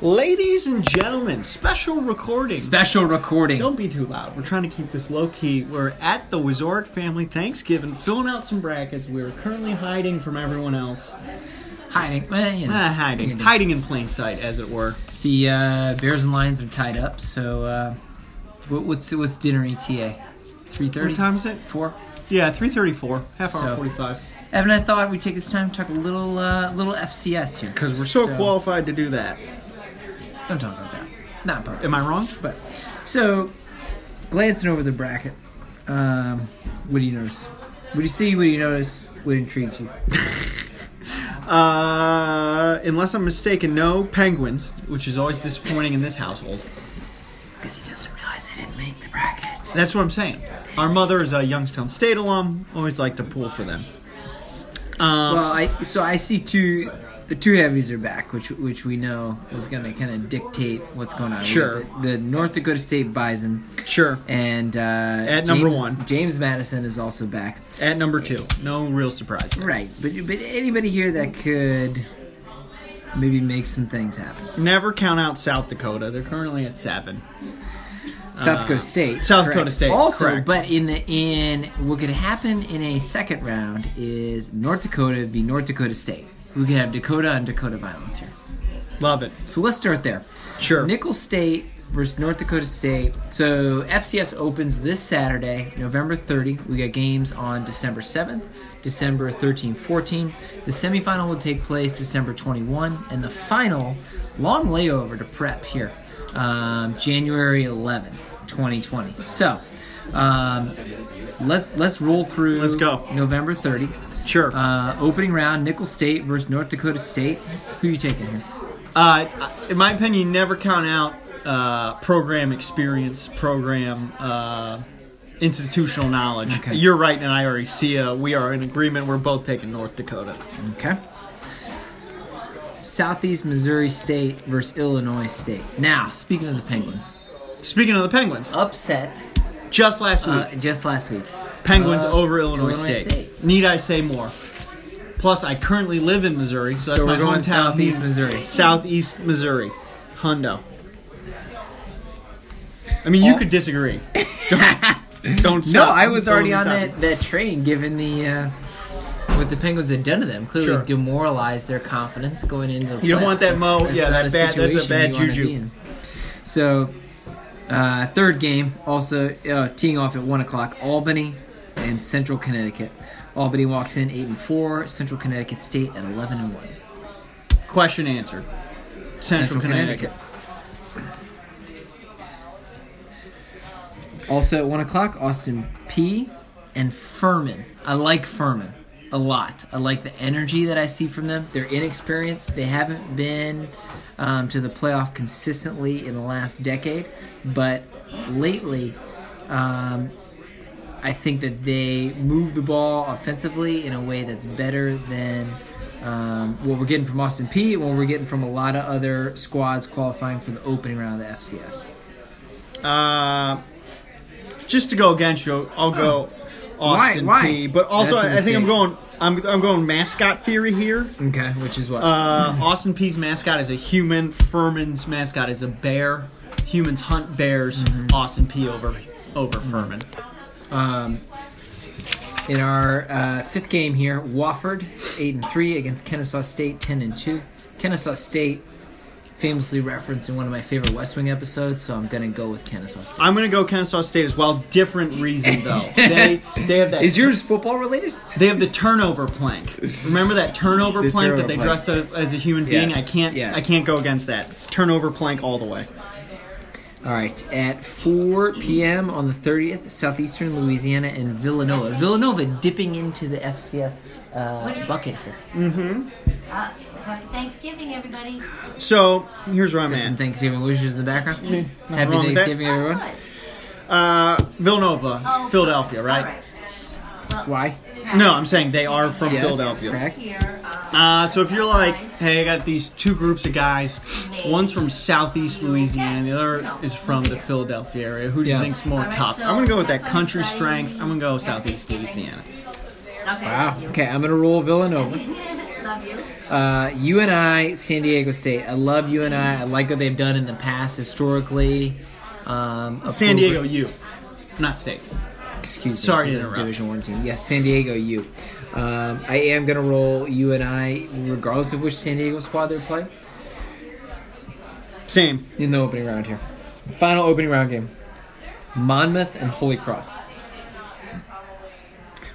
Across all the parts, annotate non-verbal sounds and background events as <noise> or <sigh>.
Ladies and gentlemen, special recording. Special recording. Don't be too loud. We're trying to keep this low key. We're at the Wizard family Thanksgiving, filling out some brackets. We're currently hiding from everyone else. Hiding. Well, you know, Ah, hiding. you're- Hiding in plain sight, as it were. The uh, Bears and Lions are tied up, so uh, what, what's what's dinner ETA? Three What thirty. time is it? Four. Yeah, 334. Half hour So- 45. Evan, I thought we'd take this time to talk a little uh, little FCS here Because we're so, qualified to do that. Don't talk about that. Not perfect. Am I wrong? But so, glancing over the bracket, um, what do you notice? What do you see? What do you notice? What intrigues you? Uh, unless I'm mistaken, no penguins, which is always disappointing in this household. Because he doesn't realize they didn't make the bracket. That's what I'm saying. Our mother is a Youngstown State alum. Always like to pull for them. Um, Well, I so I see two. The two heavies are back, which which we know was going to kind of dictate what's going on. Sure. The, the North Dakota State Bison sure. and uh, At number James- one. James Madison is also back. At number two, no real surprise. there. Right, but but anybody here that could maybe make some things happen. Never count out South Dakota. They're currently at seven. South Dakota State. Uh, South Dakota State, Also, correct. but in the in what could happen in a second round is North Dakota be North Dakota State. We could have Dakota and Dakota violence here. Love it. So let's start there. Sure. Nickel State versus North Dakota State. So FCS opens this Saturday, November 30. We got games on December 7th, December 13, 14. The semifinal will take place December 21, and the final, long layover to prep here, um, January 11, 2020. So um, let's let's roll through. Let's go. November 30. Sure. Uh, Uh, opening round, Nickel State versus North Dakota State. Who you taking here? uh, in my opinion, never count out uh, program experience, program uh, institutional knowledge. Okay. You're right, and I already see. Uh, we are in agreement. We're both taking North Dakota. Okay. Southeast Missouri State versus Illinois State. Now, speaking of the Penguins, Speaking of the Penguins, upset just last week, uh, just last week. Penguins uh, over Illinois, Illinois State. State. Need I say more? Plus, I currently live in Missouri, so, So that's we're my going hometown. Southeast Missouri. Southeast Missouri, Hondo. I mean, you All- could disagree. <laughs> Don't, don't No, stop. I was Don't already on stop. that, that train given the uh, what the Penguins had done to them. Clearly Sure. demoralized their confidence going into the You don't want that playoffs. mo- That's yeah, not that bad- that's a situation bad you wanna juju. be in. So, uh, third game, also uh, teeing off at 1 o'clock, Albany and Central Connecticut. Albany walks in 8 and 4, Central Connecticut State at 11 and 1. Question answered. Central, Connecticut. Also at one o'clock, Austin P and Furman. I like Furman a lot. I like the energy that I see from them. They're inexperienced. They haven't been um, to the playoff consistently in the last decade, but lately, um, I think that they move the ball offensively in a way that's better than um, what we're getting from Austin P and what we're getting from a lot of other squads qualifying for the opening round of the FCS. Uh, just to go against you, I'll go Austin why? P. But also, That's a I think I'm mistake. going. I'm, I'm going mascot theory here. Okay, which is what? Uh, Austin P's mascot is a human. Furman's mascot is a bear. Humans hunt bears. Mm-hmm. Austin P over over Furman. Um, in our uh, fifth game here, Wofford eight and three against Kennesaw State ten and two. Kennesaw State famously referenced in one of my favorite West Wing episodes, so I'm gonna go with Kennesaw State. I'm gonna go Kennesaw State as well. Different reason though. they they have that. <laughs> Is yours football related? They have the turnover plank. Remember that turnover <laughs> The plank turnover that they plank. dressed up as a human being. Yes. I can't. Yes. I can't go against that. Turnover plank all the way. All right, at 4 p.m. on the 30th, Southeastern Louisiana and Villanova. Villanova dipping into the FCS uh, bucket here. Uh, happy Thanksgiving, everybody. So here's where I'm Got some at. Thanksgiving wishes in the background. Happy wrong with that. Thanksgiving, everyone. Uh, Villanova, Oh, Philadelphia, All right? right. Why? No, I'm saying they are from Yes, Philadelphia. correct. Here, uh, Uh, so if you're like, hey, I got these two groups of guys. One's from Southeast Louisiana, the other is from the Philadelphia area. Who do you Yeah. think's more tough? I'm gonna go with that country strength. I'm gonna go Southeast Louisiana. okay. Ah, Wow. Okay, I'm going to roll Villanova. <laughs> Love you. Uh, you and I, San Diego State. I love you and I. I like what they've done in the past historically. Um, San approve- Diego U, not state. Excuse me. Sorry to this is a interrupt. Division One team. Yes, San Diego U. Um, I am gonna roll you and I, regardless of which San Diego squad they're playing, Same. in the opening round here. Final opening round game: Monmouth and Holy Cross.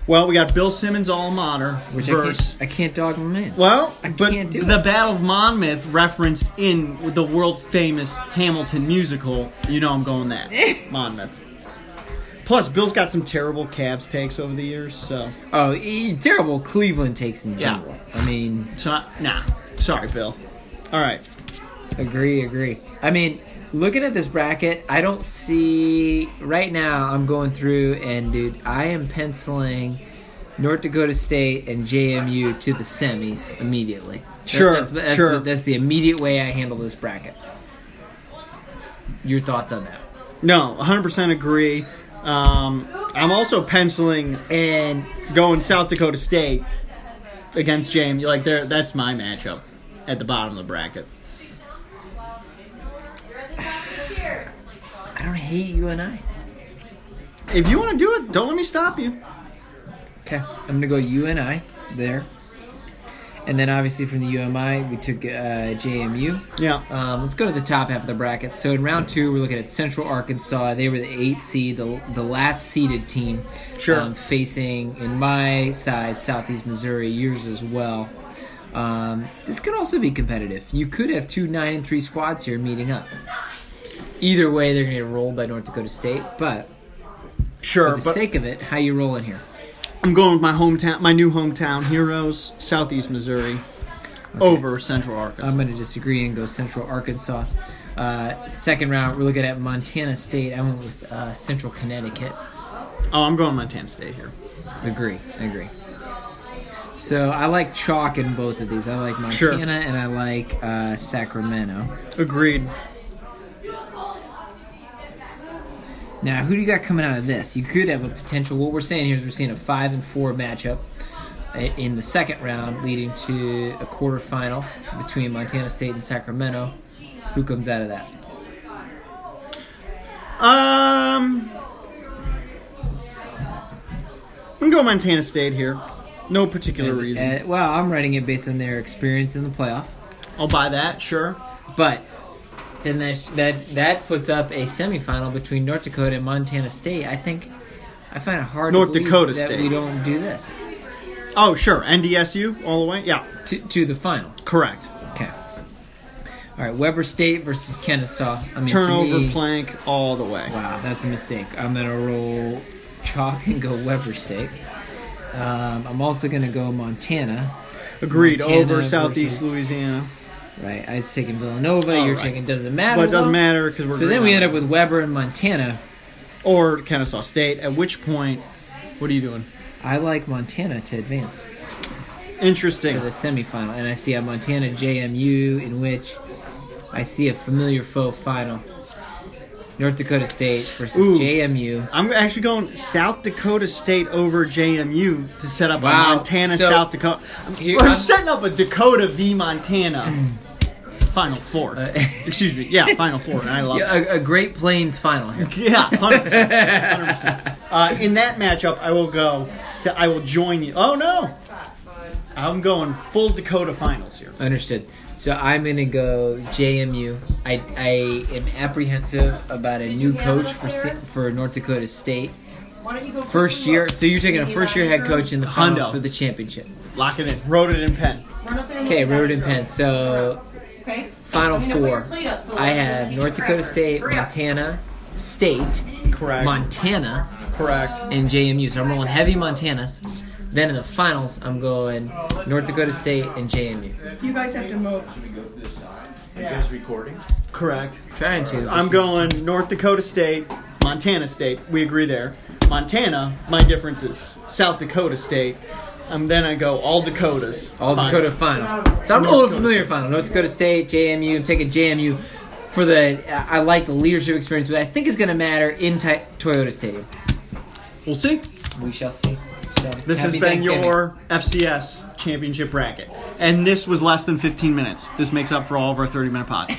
Well, we got Bill Simmons' alma mater Which verse. I can't, I can't dog my man. Well, I but can't do the it. Battle of Monmouth referenced in the world famous Hamilton musical. You know I'm going <laughs> that Monmouth. Plus, Bill's got some terrible Cavs takes over the years, so Oh, e- terrible Cleveland takes in Yeah. general. I mean, so I- nah. Sorry, Bill. All right, agree, agree. I mean, looking at this bracket, I don't see right now. I'm going through and dude, I am penciling North Dakota State and JMU to the semis immediately. That- Sure, that's, that's, sure. That's the immediate way I handle this bracket. Your thoughts on that? no, 100% agree. Um, I'm also penciling And going South Dakota State against James. Like, there, that's my matchup at the bottom of the bracket. I don't hate you and I. If you want to do it, don't let me stop you. Okay, I'm gonna go U and I there, and then obviously from the UMI we took uh, JMU. Yeah. Um, let's go to the top half of the bracket. So in round two, we're looking at Central Arkansas. They were the eight seed, the, the last seeded team. um, Sure. facing, in my side, Southeast Missouri, yours as well. Um, this could also be competitive. You could have two nine and three squads here meeting up. Either way, they're going to get rolled by North Dakota State. But Sure, for the but sake of it, how you rolling here? I'm going with my hometown, my new hometown heroes, Southeast Missouri, over Central Arkansas. I'm going to disagree and go Central Arkansas. Uh, second round, we're looking at Montana State. I went with uh, Central Connecticut. oh, I'm going Montana State here. Agree, agree. So I like chalk in both of these. I like Montana Sure. and I like uh, Sacramento. Agreed. Now, who do you got coming out of this? You could have a potential. What we're saying here is we're seeing a five and four matchup i- in the second round, leading to a quarterfinal between Montana State and Sacramento. Who comes out of that? Um, I'm going Montana State here. No particular Is it- reason. uh, well, I'm writing it based on their experience in the playoff, I'll buy that. Sure. but then that that that puts up a semifinal between North Dakota and Montana State. I think I find it hard. North to believe Dakota that State. we don't do this Oh, sure. NDSU all the way. Yeah, to, to the final. correct. Okay. All right, Weber State versus Kennesaw. I mean, to Turnover me- plank all the way. Wow, that's a mistake. I'm gonna roll chalk and go Weber State. Um, I'm also gonna go Montana. Agreed. Montana over Southeast versus- Louisiana, Right, I'd taken Villanova. All you're right. taking doesn't matter. but it doesn't Well, matter because we're. So then we end up with Weber and Montana. or Kennesaw State. At which point, what are you doing? I like Montana to advance Interesting. to the semifinal, and I see a Montana JMU in which I see a familiar foe final. North Dakota State versus Ooh. JMU. I'm actually going South Dakota State over JMU to set up Wow. a Montana So- South Dakota. Here- I'm I'm- setting up a Dakota v Montana Final Four. Uh, <laughs> Excuse me. Yeah, Final Four. And I love. it. A, a Great Plains final here. Yeah, 100%. 100%. <laughs> Uh, in that matchup, I will go. So I will join you. Oh no, I'm going full Dakota Finals here. Understood. So I'm gonna go JMU. I, I am apprehensive about a new coach for Sa- for North Dakota State. Why don't you go First year. So you're taking a first year head coach in the finals Hundo. for the championship. Lock it in. Wrote it in pen. Okay, Rhode Penn. So Okay. final Let me know when your four. plate up so I I can have get North your Dakota crackers. State, Hurry up. Montana State, Correct. Montana, Correct. and JMU. So I'm rolling heavy Montanas. Then in the finals, I'm going North Dakota State and JMU. You guys have to move. Is recording? Correct. Trying to. I'm going North Dakota State, Montana State. We agree there. Montana, my difference is South Dakota State. Um, then I go all Dakotas. All Fine. Dakota final. So North I'm rolling Dakota familiar State. final. North Dakota State, JMU. I'm taking JMU for the. I I like the leadership experience, which I think is going to matter in Ti- Toyota Stadium. We'll see. We shall see. Shall This Happy has been Thanksgiving. your FCS championship bracket. And this was less than 15 minutes. This makes up for all of our 30 minute pods.